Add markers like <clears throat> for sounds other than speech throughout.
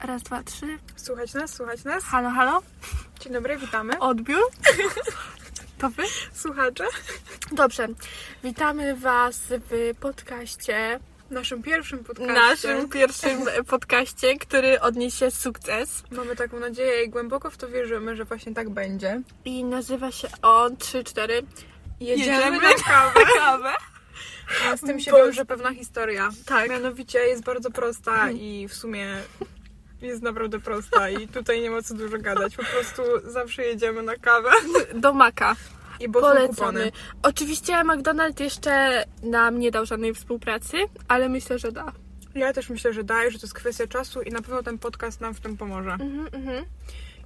Raz, dwa, trzy. Słuchać nas, słuchać nas. Halo, halo. Dzień dobry, witamy. Odbiór. To wy? Słuchacze, Dobrze. Witamy Was w podcaście. w naszym pierwszym podcastie. Naszym pierwszym podcaście, który odniesie sukces. Mamy taką nadzieję i głęboko w to wierzymy, że właśnie tak będzie. I nazywa się on 3-4. Jedziemy na kawę. kawę. A z tym się Boże. wiąże pewna historia. Tak. Mianowicie jest bardzo prosta i w sumie jest naprawdę prosta i tutaj nie ma co dużo gadać. Po prostu zawsze jedziemy na kawę Do Maka. i bo są kupony. Polecamy. Oczywiście McDonald's jeszcze nam nie dał żadnej współpracy, ale myślę, że da. Ja też myślę, że daj, że to jest kwestia czasu i na pewno ten podcast nam w tym pomoże. Mhm, mhm.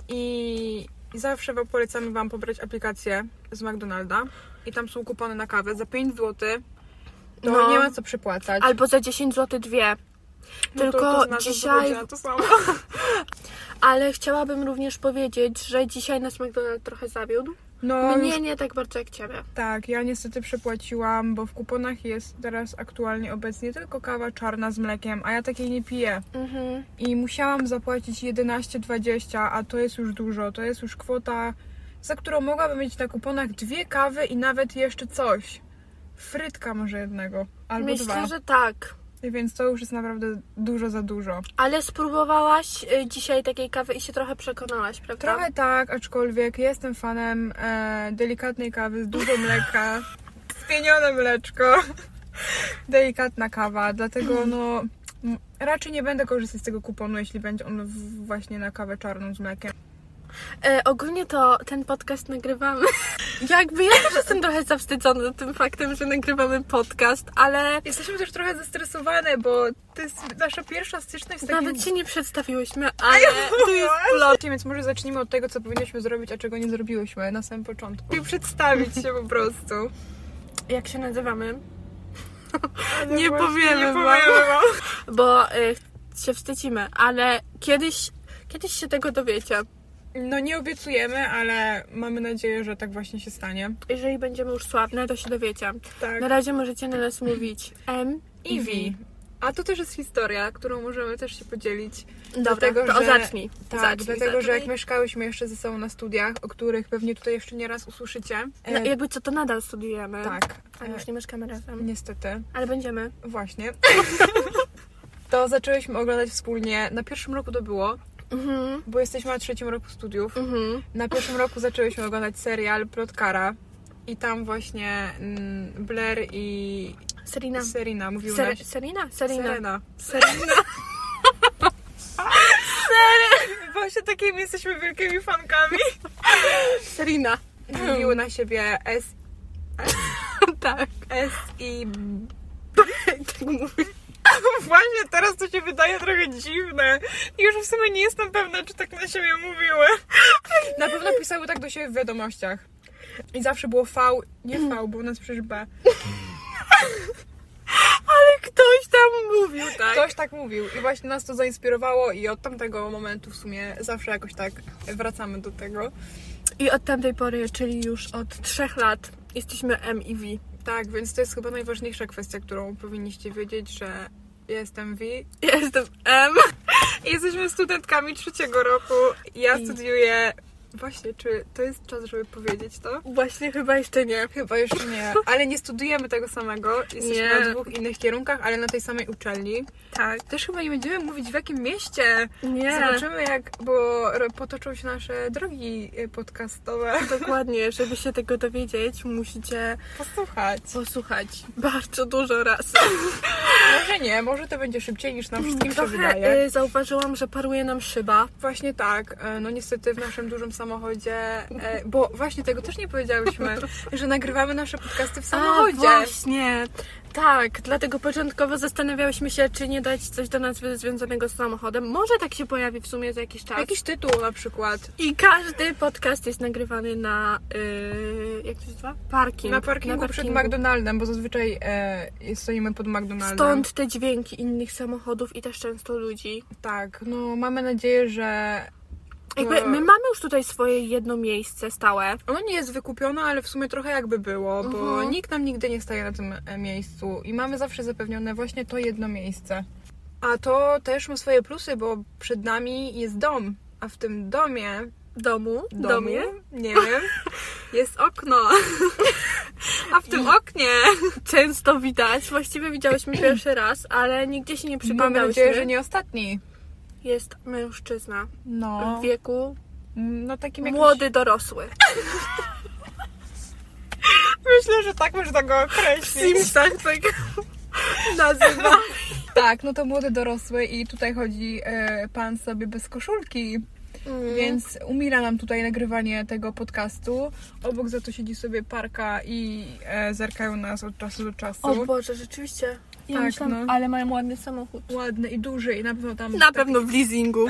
I i zawsze wam polecamy Wam pobrać aplikację z McDonalda i tam są kupony na kawę za 5 zł. To No. nie ma co przypłacać. Albo za 10 zł dwie. No to- Tylko to znaczy, że dzisiaj będzie na to <laughs> samo. Ale chciałabym również powiedzieć, że dzisiaj nas McDonald's trochę zawiódł. No Mnie już, nie tak bardzo jak ciebie. tak, ja niestety przepłaciłam, bo w kuponach jest teraz aktualnie obecnie tylko kawa czarna z mlekiem, a ja takiej nie piję. Mhm. I musiałam zapłacić 11,20, a to jest już dużo, to jest już kwota, za którą mogłabym mieć na kuponach dwie kawy i nawet jeszcze coś. Frytka może jednego, albo Myślę, dwa. że tak. Więc to już jest naprawdę dużo za dużo. Ale spróbowałaś y, dzisiaj takiej kawy i się trochę przekonałaś, prawda? Trochę tak, aczkolwiek jestem fanem e, delikatnej kawy z dużo mleka, <laughs> spienione mleczko, <laughs> delikatna kawa, dlatego no m- raczej nie będę korzystać z tego kuponu, jeśli będzie on w, właśnie na kawę czarną z mlekiem. E, ogólnie to ten podcast nagrywamy. <laughs> Jakby ja też jestem trochę zawstydzona tym faktem, że nagrywamy podcast, ale Jesteśmy też trochę zestresowane, bo to jest nasza pierwsza styczność z takim... nawet się nie przedstawiłyśmy, ale <laughs> tu jest plot. Właśnie, Więc może zacznijmy od tego, co powinniśmy zrobić, a czego nie zrobiłyśmy na samym początku. I przedstawić się po prostu. Jak się nazywamy? Ale Nie właśnie powiemy nie wam. powiemy wam. Bo y, się wstydzimy, ale kiedyś, kiedyś się tego dowiecie. No nie obiecujemy, ale mamy nadzieję, że tak właśnie się stanie. Jeżeli będziemy już sławne, to się dowiecie. Tak. Na razie możecie na nas mówić M I V. A to też jest historia, którą możemy też się podzielić. Dobra, Dlatego, to że- zacznij. Tak, zacznij, dlatego, zacznij. że jak mieszkałyśmy jeszcze ze sobą na studiach, o których pewnie tutaj jeszcze nie raz usłyszycie. No, jakby co, to nadal studiujemy. e- tak, Ale e, już nie mieszkamy razem. niestety. Ale będziemy. Właśnie. <laughs> to zaczęłyśmy oglądać wspólnie. Na pierwszym roku to było, Mhm. bo jesteśmy na trzecim roku studiów. Mhm. Na pierwszym roku zaczęłyśmy oglądać serial Plotkara. I tam właśnie mm, Blair i Serina. Serena mówiły Ser- nam Serina? Serina. Serena. Serina. Właśnie takimi jesteśmy wielkimi fankami. <laughs> Serina. Mówiły na siebie <laughs> S, tak. S i... Tak mówię. <laughs> Właśnie teraz to się wydaje trochę dziwne. I już w sumie nie jestem pewna, czy tak na siebie mówiły. <laughs> Na pewno pisały tak do siebie w wiadomościach. I zawsze było V, nie V, bo u nas przecież B. Ale ktoś tam mówił, tak? Ktoś tak mówił i właśnie nas to zainspirowało i od tamtego momentu w sumie zawsze jakoś tak wracamy do tego. I od tamtej pory, czyli już od trzech lat, jesteśmy M i V. Tak, więc to jest chyba najważniejsza kwestia, którą powinniście wiedzieć, że jestem V Ja Jestem M. Jesteśmy studentkami trzeciego roku. Ja I- studiuję. Właśnie, czy to jest czas, żeby powiedzieć to? Właśnie chyba jeszcze nie. Chyba jeszcze nie, <laughs> ale nie studujemy tego samego. Jesteśmy Nie. na dwóch innych kierunkach, ale na tej samej uczelni. Tak. Też chyba nie będziemy mówić w jakim mieście. Nie. Zobaczymy jak, bo ro- potoczą się nasze drogi y, podcastowe. Dokładnie, żeby się tego dowiedzieć, musicie Posłuchać. posłuchać bardzo dużo raz. Może nie, może to będzie szybciej niż nam wszystkim Tak, się wydaje. Trochę y, zauważyłam, że paruje nam szyba. Właśnie tak. E, No niestety w naszym dużym samochodzie, e, bo właśnie tego też nie <laughs> powiedziałyśmy, że nagrywamy nasze podcasty w A, samochodzie. właśnie. Tak, dlatego początkowo zastanawiałyśmy się, czy nie dać coś do nazwy związanego z samochodem. Może tak się pojawi w sumie za jakiś czas. Jakiś tytuł na przykład. I każdy podcast jest nagrywany na, y, jak to się nazywa? Parking. Na parkingu, przed McDonaldem, bo zazwyczaj e, stoimy pod McDonaldem. Stąd te dźwięki innych samochodów i też często ludzi. Tak, no mamy nadzieję, że Jakby No. my mamy już tutaj swoje jedno miejsce stałe. ono No nie jest wykupione, ale w sumie trochę jakby było, bo Mhm. nikt nam nigdy nie staje na tym e, miejscu i mamy zawsze zapewnione właśnie to jedno miejsce. A to też ma swoje plusy, bo przed nami jest dom, a w tym domie, Domu, domu, domie, nie <laughs> wiem, jest okno. <laughs> A w tym oknie często widać. Właściwie widziałyśmy pierwszy raz, ale nigdzie się nie mamy przyglądałyśmy. nadzieję, że nie ostatni. Jest mężczyzna No, w wieku no takim jakimś... młody, <laughs> dorosły. Myślę, że tak można go W określić. Simsach tak <laughs> nazywa. <laughs> Tak, no to młody dorosły i tutaj chodzi e, pan sobie bez koszulki, więc umila nam tutaj nagrywanie tego podcastu. Obok za to siedzi sobie parka i e, zerkają nas od czasu do czasu. O Boże, rzeczywiście. Ja Tak, myślałam, no. ale mają ładny samochód. Ładny i duży i na pewno tam... Na tak- pewno w leasingu.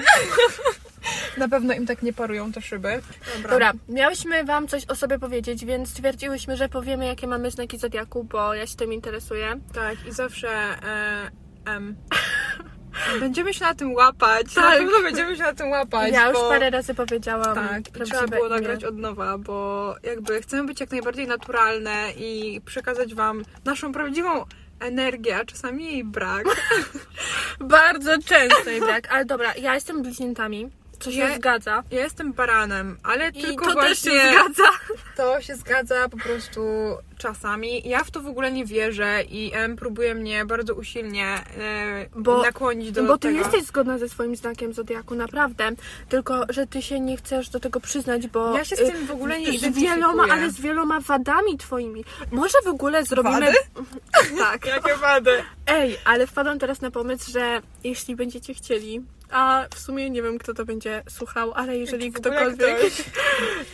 Na pewno im tak nie parują te szyby. Dobra, miałyśmy Wam coś o sobie powiedzieć, więc stwierdziłyśmy, że powiemy, jakie mamy znaki zodiaku, bo ja się tym interesuję. Tak, i zawsze e, M. <laughs> Będziemy się na tym łapać. Tak. Na pewno będziemy się na tym łapać. Ja już bo... parę razy powiedziałam. Tak, i trzeba prawdziwe było imię. nagrać od nowa, bo jakby chcemy być jak najbardziej naturalne i przekazać Wam naszą prawdziwą energię, a czasami jej brak. Bardzo często i brak, tak, ale dobra, ja jestem bliźniętami, co się Ja- zgadza. Ja jestem baranem, ale I tylko to właśnie też się zgadza. to się zgadza po prostu czasami. Ja w to w ogóle nie wierzę i M próbuje mnie bardzo usilnie e, Bo- nakłonić do Bo ty tego. jesteś zgodna ze swoim znakiem zodiaku, naprawdę. Tylko, że ty się nie chcesz do tego przyznać, bo. Ja się z y, tym w ogóle nie z identyfikuję. wieloma, ale z wieloma wadami twoimi. Może w ogóle zrobimy. Wady? Tak. Jakie wady? Ej, ale wpadłam teraz na pomysł, że jeśli będziecie chcieli, a w sumie nie wiem, kto to będzie słuchał, ale jeżeli w ogóle ktokolwiek, ktoś.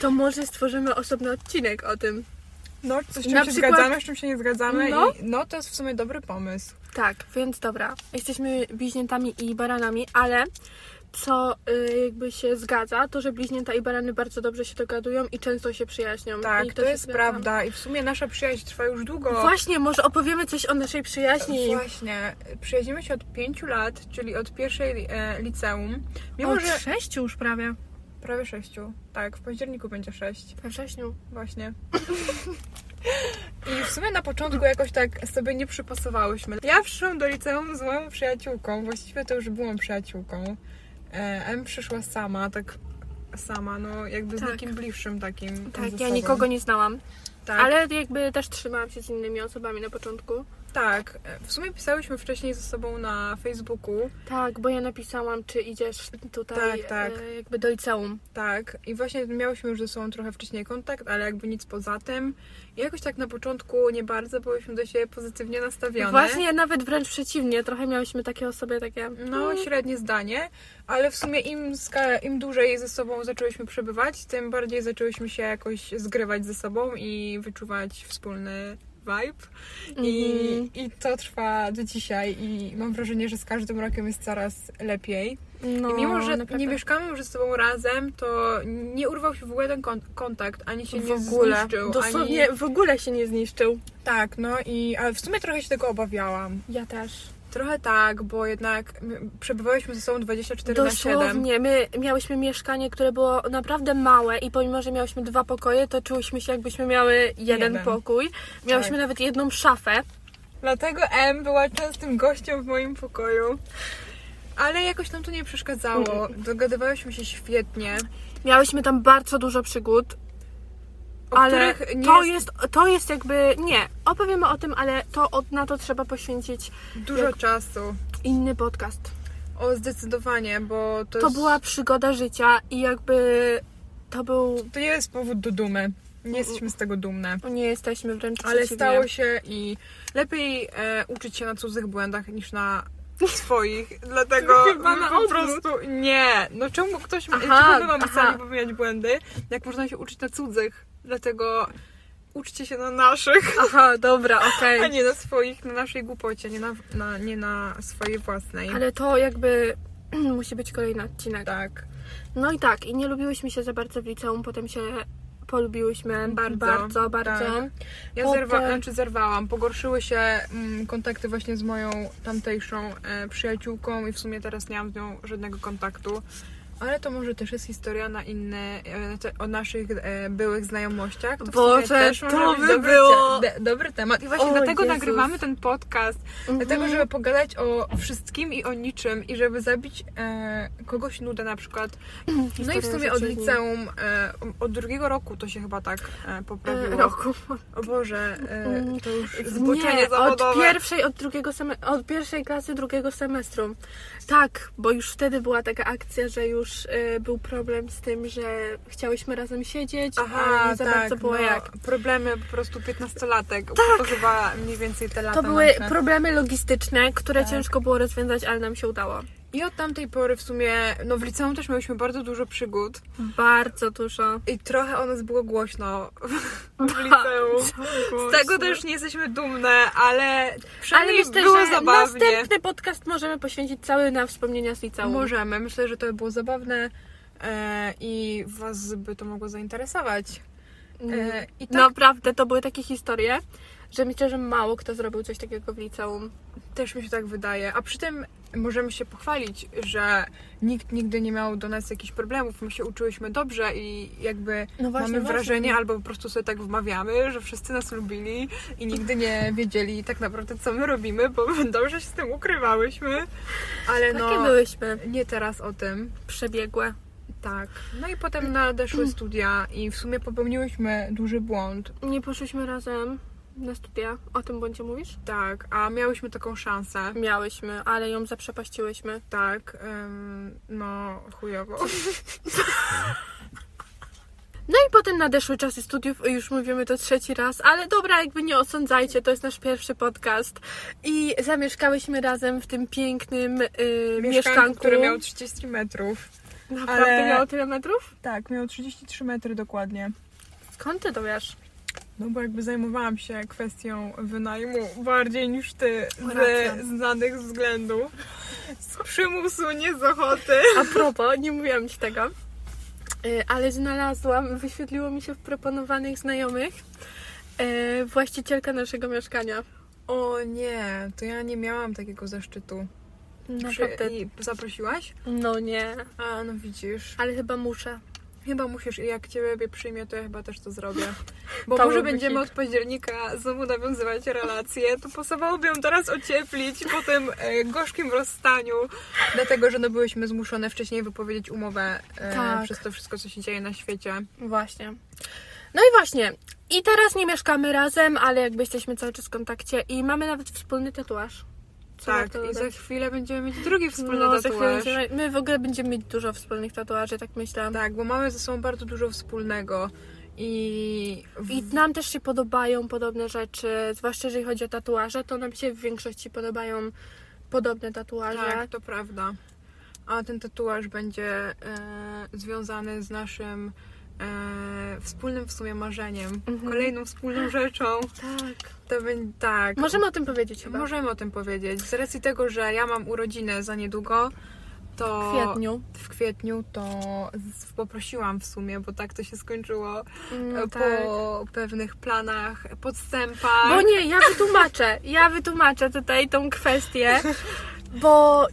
to może stworzymy osobny odcinek o tym. No, z czym Na się przykład- zgadzamy, z czym się nie zgadzamy. No. No. I, no, to jest w sumie dobry pomysł. Tak, więc dobra. Jesteśmy bliźniętami i baranami, ale co y, jakby się zgadza, to że bliźnięta i barany bardzo dobrze się dogadują i często się przyjaźnią. Tak, I to, się jest zgadza. prawda. I w sumie nasza przyjaźń trwa już długo. Właśnie, może opowiemy coś o naszej przyjaźni. Właśnie. Przyjaźnimy się od pięciu lat, czyli od pierwszej e, liceum. Mimo, Od że... sześciu już prawie. Prawie sześciu. Tak, w październiku będzie sześć. We wrześniu. Właśnie. <laughs> I w sumie na początku jakoś tak sobie nie przypasowałyśmy. Ja przyszłam do liceum z moją przyjaciółką. Właściwie to już byłam przyjaciółką. E, M przyszła sama, tak sama, no jakby Tak. z nikim bliższym takim. ze Tak, ja sobą. nikogo nie znałam. Tak. Ale jakby też trzymałam się z innymi osobami na początku. Tak, w sumie pisałyśmy wcześniej ze sobą na Facebooku, Tak, bo ja napisałam, czy idziesz tutaj Tak, tak. E, jakby do liceum. tak, i właśnie miałyśmy już ze sobą trochę wcześniej kontakt, ale jakby nic poza tym. I jakoś tak na początku nie bardzo byłyśmy do siebie pozytywnie nastawione. Właśnie nawet wręcz przeciwnie, trochę miałyśmy takie osoby takie. No, średnie zdanie, ale w sumie im, ska- im dłużej ze sobą zaczęłyśmy przebywać, tym bardziej zaczęłyśmy się jakoś zgrywać ze sobą i wyczuwać wspólny vibe. Mhm. I, I to trwa do dzisiaj i mam wrażenie, że z każdym rokiem jest coraz lepiej. No, I mimo, że naprawdę. nie mieszkamy już ze sobą razem, to nie urwał się w ogóle ten kon- kontakt, ani się w nie ogóle, zniszczył. dosłownie Ani... w ogóle się nie zniszczył. Tak, no i ale w sumie trochę się tego obawiałam. Ja też. Trochę tak, bo jednak my przebywałyśmy ze sobą 24 na 7. Dosłownie, my miałyśmy mieszkanie, które było naprawdę małe i pomimo, że miałyśmy dwa pokoje, to czułyśmy się jakbyśmy miały jeden, Jeden. pokój. Miałyśmy Tak. nawet jedną szafę. Dlatego M była częstym gościem w moim pokoju. Ale jakoś nam to nie przeszkadzało. Dogadywałyśmy się świetnie. Miałyśmy tam bardzo dużo przygód, O ale których nie to jest... to jest jakby, nie, opowiemy o tym, ale to od, na to trzeba poświęcić dużo czasu. inny podcast. O, zdecydowanie, bo to, To jest, była przygoda życia i jakby to był, To nie jest powód do dumy. Nie jesteśmy z tego dumne. nie jesteśmy wręcz Ale przeciwnie. stało się i lepiej e, uczyć się na cudzych błędach niż na swoich. <laughs> Dlatego Chyba my na po odwrót. prostu nie. No czemu ktoś ma, Aha, czemu my mamy aha. sami popełniać błędy, jak można się uczyć na cudzych? Dlatego uczcie się na naszych, Aha, dobra, okej. a nie na swoich, na naszej głupocie, nie na, na, nie na swojej własnej. Ale to jakby <clears throat> musi być kolejny odcinek. Tak. No i tak, i nie lubiłyśmy się za bardzo w liceum, potem się polubiłyśmy Bardzo, bardzo. bardzo. tak. Ja Potem- zerwa, znaczy zerwałam. Pogorszyły się mm, kontakty właśnie z moją tamtejszą e, przyjaciółką i w sumie teraz nie mam z nią żadnego kontaktu. Ale to może też jest historia na inne, e, znaczy o naszych e, byłych znajomościach. w Boże, sumie też może to być by dobry było- te- de- dobry temat. I właśnie O, dlatego Jezus. Mm. nagrywamy ten podcast. Mhm. Dlatego, żeby pogadać o wszystkim i o niczym i żeby zabić e, kogoś nudę na przykład. No i w Mm. Historia sumie od zaczyni. liceum, e, od drugiego roku to się chyba tak e, E, poprawiło. roku. O Boże, e, Mm. to już zboczenie Nie, od zawodowe. pierwszej, od drugiego seme- od pierwszej klasy drugiego semestru. Tak, bo już wtedy była taka akcja, że już y, był problem z tym, że chciałyśmy razem siedzieć, ale nie za bardzo było no, jak. Problemy po prostu 15-latek. Tak. To chyba mniej więcej te To lata. były nasze. problemy logistyczne, które Tak. ciężko było rozwiązać, ale nam się udało. I od tamtej pory w sumie, no w liceum też miałyśmy bardzo dużo przygód Bardzo dużo. i trochę o nas było głośno <laughs> w liceum. Z tego też nie jesteśmy dumne, ale Ale przynajmniej myślę, było że zabawnie. następny podcast możemy poświęcić cały na wspomnienia z liceum. Możemy, myślę, że to by było zabawne e, i was by to mogło zainteresować. E, I No, tak Mm. Naprawdę, to były takie historie, że myślę, że mało kto zrobił coś takiego w liceum. Też mi się tak wydaje. A przy tym możemy się pochwalić, że nikt nigdy nie miał do nas jakichś problemów. My się uczyłyśmy dobrze i jakby No właśnie, mamy właśnie. wrażenie, albo po prostu sobie tak wmawiamy, że wszyscy nas lubili i nigdy nie wiedzieli tak naprawdę, co my robimy, bo <laughs> dobrze się z tym ukrywałyśmy. Ale Takie no, byłyśmy nie teraz o tym. przebiegłe. Tak. No i <clears throat> potem nadeszły studia i w sumie popełniłyśmy duży błąd. Nie poszłyśmy razem na studia. O tym bądźcie mówisz? Tak, a miałyśmy taką szansę. Miałyśmy, ale ją zaprzepaściłyśmy. Tak, ym, no chujowo. No i potem nadeszły czasy studiów, już mówimy to trzeci raz, ale dobra, jakby nie osądzajcie, to jest nasz pierwszy podcast. I zamieszkałyśmy razem w tym pięknym y, mieszkanku, mieszkanku, które miał 30 metrów. Naprawdę ale- miało tyle metrów? Tak, miał 33 metry dokładnie. Skąd ty to wiesz? No bo jakby zajmowałam się kwestią wynajmu bardziej niż ty Racja. ze znanych względów. Z przymusu, nie z ochoty. A propos, nie mówiłam ci tego, y, ale znalazłam, wyświetliło mi się w proponowanych znajomych y, właścicielka naszego mieszkania. O nie, to ja nie miałam takiego zaszczytu. Naprawdę. I zaprosiłaś? No nie, A no widzisz. ale chyba muszę. Chyba musisz i jak ciebie przyjmie, to ja chyba też to <laughs> zrobię. Bo To może byłby będziemy hit. od października znowu nawiązywać relacje, to pasowałoby ją teraz ocieplić po tym e, gorzkim rozstaniu. Dlatego, że no byłyśmy zmuszone wcześniej wypowiedzieć umowę e, Tak. przez to wszystko, co się dzieje na świecie. Właśnie. No i właśnie. I teraz nie mieszkamy razem, ale jakby jesteśmy cały czas w kontakcie i mamy nawet wspólny tatuaż. Co tak, warto i za dodać? chwilę będziemy mieć drugi wspólny No, za chwilę tatuaż. będziemy- My w ogóle będziemy mieć dużo wspólnych tatuaży, tak myślę. Tak, bo mamy ze sobą bardzo dużo wspólnego i... w- I nam też się podobają podobne rzeczy, zwłaszcza jeżeli chodzi o tatuaże, to nam się w większości podobają podobne tatuaże. Tak, to prawda. A ten tatuaż będzie e, związany z naszym e, wspólnym w sumie marzeniem. Mhm. Kolejną wspólną rzeczą. tak. To będzie tak. Możemy o tym powiedzieć chyba. Możemy o tym powiedzieć. Z racji tego, że ja mam urodziny za niedługo, to W kwietniu. w kwietniu to z- poprosiłam w sumie, bo tak to się skończyło Mm, e, tak. po pewnych planach, podstępach. Bo nie, ja wytłumaczę, ja wytłumaczę tutaj tą kwestię, bo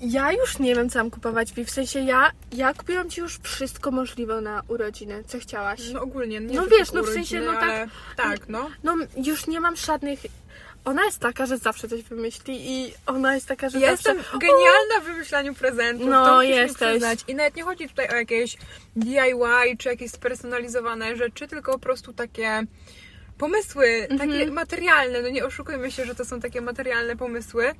ja już nie wiem, co mam kupować Wi. W sensie ja, ja kupiłam Ci już wszystko możliwe na urodziny, co chciałaś. No ogólnie, nie No że wiesz, tylko no w sensie, urodziny, no tak- ale tak, no. No m- już nie mam żadnych... Ona jest taka, że zawsze coś wymyśli i ona jest taka, że Ja jestem zawsze... genialna w wymyślaniu prezentów. No, to musisz mi jesteś. przyznać. I nawet nie chodzi tutaj o jakieś DIY czy jakieś spersonalizowane rzeczy, tylko po prostu takie pomysły, Mhm. takie materialne. No nie oszukujmy się, że to są takie materialne pomysły,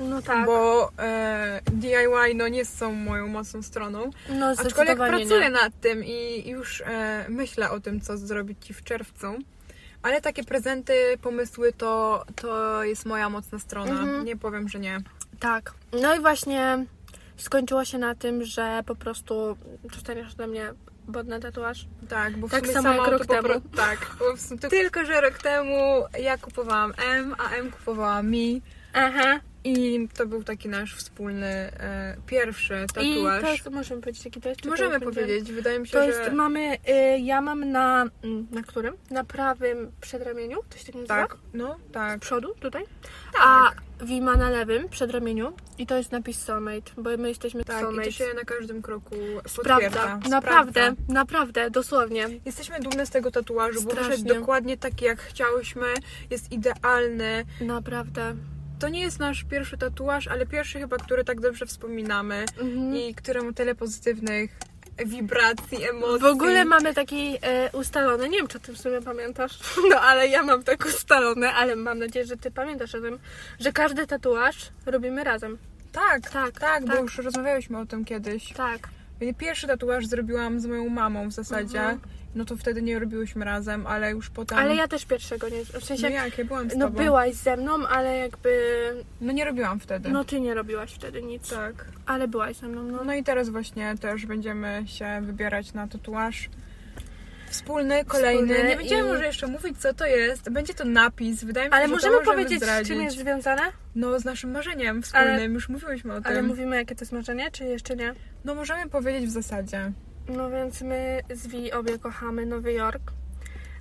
No tak, bo e, DIY no nie są moją mocną stroną. no Aczkolwiek zdecydowanie pracuję nie. nad tym i już e, myślę o tym, co zrobić Ci w czerwcu. Ale takie prezenty, pomysły to, to jest moja mocna strona. Mhm. Nie powiem, że nie. Tak. No i właśnie skończyło się na tym, że po prostu dostaniesz ode mnie bodny tatuaż. Tak, bo w Tak sumie samo sama jak to rok po temu. pro- Tak, bo w sumie to... tylko że rok temu ja kupowałam M, a M kupowała mi Aha. i to był taki nasz wspólny e, pierwszy I tatuaż. to jest, możemy powiedzieć jaki to jest? czy to Możemy już będzie? powiedzieć, wydaje mi się, To że jest, mamy, y, ja mam na, mm, na którym? Na prawym przedramieniu, to się tak nazywa? tak, no tak. Z przodu, tutaj. Tak. A V ma na lewym przedramieniu i to jest napis soulmate, bo my jesteśmy Tak, i soulmates. to się na każdym kroku potwierdza. Prawda, Sprawdza. naprawdę, naprawdę, dosłownie. Jesteśmy dumne z tego tatuażu, bo Strasznie. wyszedł dokładnie taki, jak chciałyśmy. Jest idealny. Naprawdę. To nie jest nasz pierwszy tatuaż, ale pierwszy chyba, który tak dobrze wspominamy Mhm. i któremu tyle pozytywnych wibracji, emocji. W ogóle mamy taki e, ustalony, nie wiem czy o tym w sumie pamiętasz, <laughs> no ale ja mam tak ustalone, ale mam nadzieję, że ty pamiętasz o tym, że każdy tatuaż robimy razem. Tak, Tak, tak, tak, bo tak. już rozmawiałyśmy o tym kiedyś. Tak. Pierwszy tatuaż zrobiłam z moją mamą w zasadzie. No to wtedy nie robiłyśmy razem, ale już potem... Mhm. Ale ja też pierwszego nie, w No sensie, jak, ja byłam z no tobą. byłaś ze mną, ale jakby, No nie robiłam wtedy. no ty nie robiłaś wtedy nic, Tak. ale byłaś ze mną, no. No i teraz właśnie też będziemy się wybierać na tatuaż. Wspólny, kolejny. Wspólny nie będziemy i- może jeszcze mówić, co to jest. Będzie to napis, wydaje mi się, Ale że możemy to możemy powiedzieć, z zdradzić. czym jest związane? No, z naszym marzeniem wspólnym, Ale- już mówiłyśmy o tym. Ale mówimy, jakie to jest marzenie, czy jeszcze nie? No, możemy powiedzieć w zasadzie. No więc my z Wi obie kochamy Nowy Jork.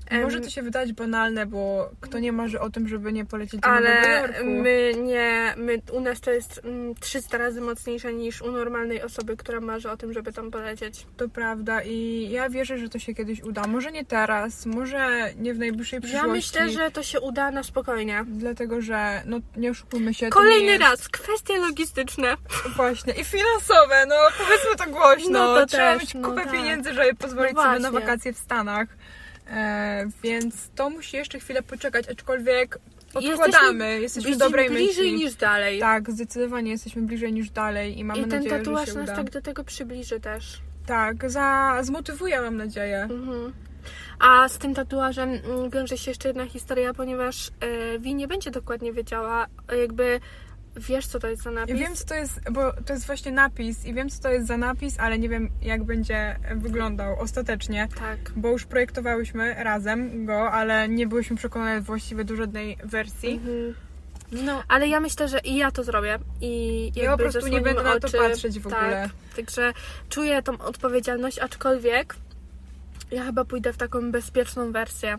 Em, Może to się wydać banalne, bo kto nie marzy o tym, żeby nie polecieć do Nowego Ale Jorku? my nie, my, u nas to jest mm, 300 razy mocniejsze niż u normalnej osoby, która marzy o tym, żeby tam polecieć. To prawda i ja wierzę, że to się kiedyś uda. Może nie teraz, może nie w najbliższej Ja przyszłości. myślę, że to się uda na spokojnie. Dlatego, że no nie oszukujmy się. to nie Kolejny jest... raz, kwestie logistyczne. Właśnie, i finansowe, no powiedzmy to głośno. No to Trzeba też, mieć no kupę tak. pieniędzy, żeby pozwolić No sobie na właśnie. wakacje w Stanach. E, więc to musi jeszcze chwilę poczekać, aczkolwiek odkładamy, jesteśmy, w dobrej bliżej myśli. niż dalej. Tak, zdecydowanie jesteśmy bliżej niż dalej i mamy I ten nadzieję, że tatuaż się nas uda. tak do tego przybliży też. Tak, za... zmotywuje mam nadzieję. Mhm. A z tym tatuażem mm, wiąże się jeszcze jedna historia, ponieważ e, Wi nie będzie dokładnie wiedziała, e, jakby wiesz co to jest za Ja napis. wiem, co to jest, bo to jest właśnie napis i wiem, co to jest za napis, ale nie wiem, jak będzie wyglądał ostatecznie. Tak. bo już projektowałyśmy razem go, ale nie byłyśmy przekonane właściwie do żadnej wersji. Mhm. No. Ale ja myślę, że i ja to zrobię. I jakby Ja po prostu nie zasłonimy będę na to oczy. patrzeć w ogóle. Tak, także czuję tą odpowiedzialność, aczkolwiek ja chyba pójdę w taką bezpieczną wersję.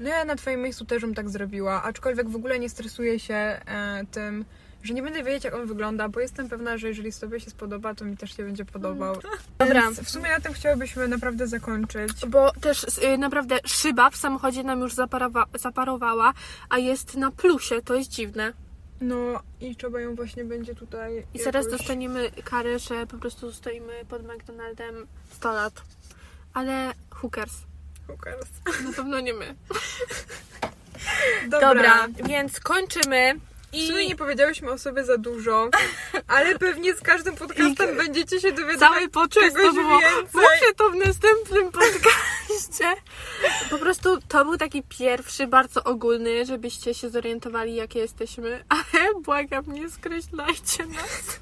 no ja na Twoim miejscu też bym tak zrobiła, aczkolwiek w ogóle nie stresuję się e, tym, że nie będę wiedzieć jak on wygląda, bo jestem pewna, że jeżeli sobie się spodoba, to mi też się będzie podobał. Mm. <laughs> Dobra. Więc w sumie na tym chciałybyśmy naprawdę zakończyć. Bo też y, naprawdę szyba w samochodzie nam już zaparowa- zaparowała, a jest na plusie, to jest dziwne. No i trzeba ją właśnie będzie tutaj I zaraz jakoś- dostaniemy karę, że po prostu stoimy pod McDonaldem 100 lat. Ale hookers, Hookers. na pewno nie my. Dobra. Dobra, więc kończymy. W I sumie nie powiedziałyśmy o sobie za dużo, ale pewnie z każdym podcastem będziecie się dowiadywać cały poczek czegoś to było, więcej. Muszę to w następnym podcaście. Po prostu to był taki pierwszy, bardzo ogólny, żebyście się zorientowali, jakie jesteśmy. <laughs> Ale błagam, nie skreślajcie nas.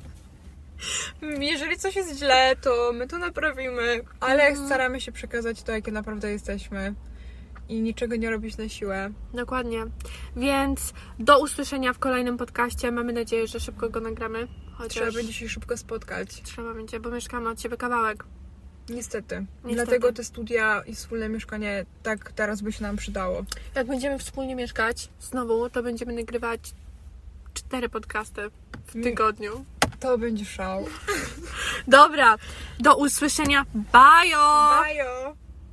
Hmm, Jeżeli coś jest źle, to my to naprawimy, ale staramy się przekazać to, jakie naprawdę jesteśmy i niczego nie robić na siłę. Dokładnie. Więc do usłyszenia w kolejnym podcaście. Mamy nadzieję, że szybko go nagramy. Chociaż Trzeba będzie się szybko spotkać. trzeba będzie, bo mieszkamy od ciebie kawałek. Niestety. Niestety. Dlatego te studia i wspólne mieszkanie tak teraz by się nam przydało. Jak będziemy wspólnie mieszkać znowu, to będziemy nagrywać cztery podcasty w tygodniu. To będzie szał. Dobra, do usłyszenia. Bajo! Bajo!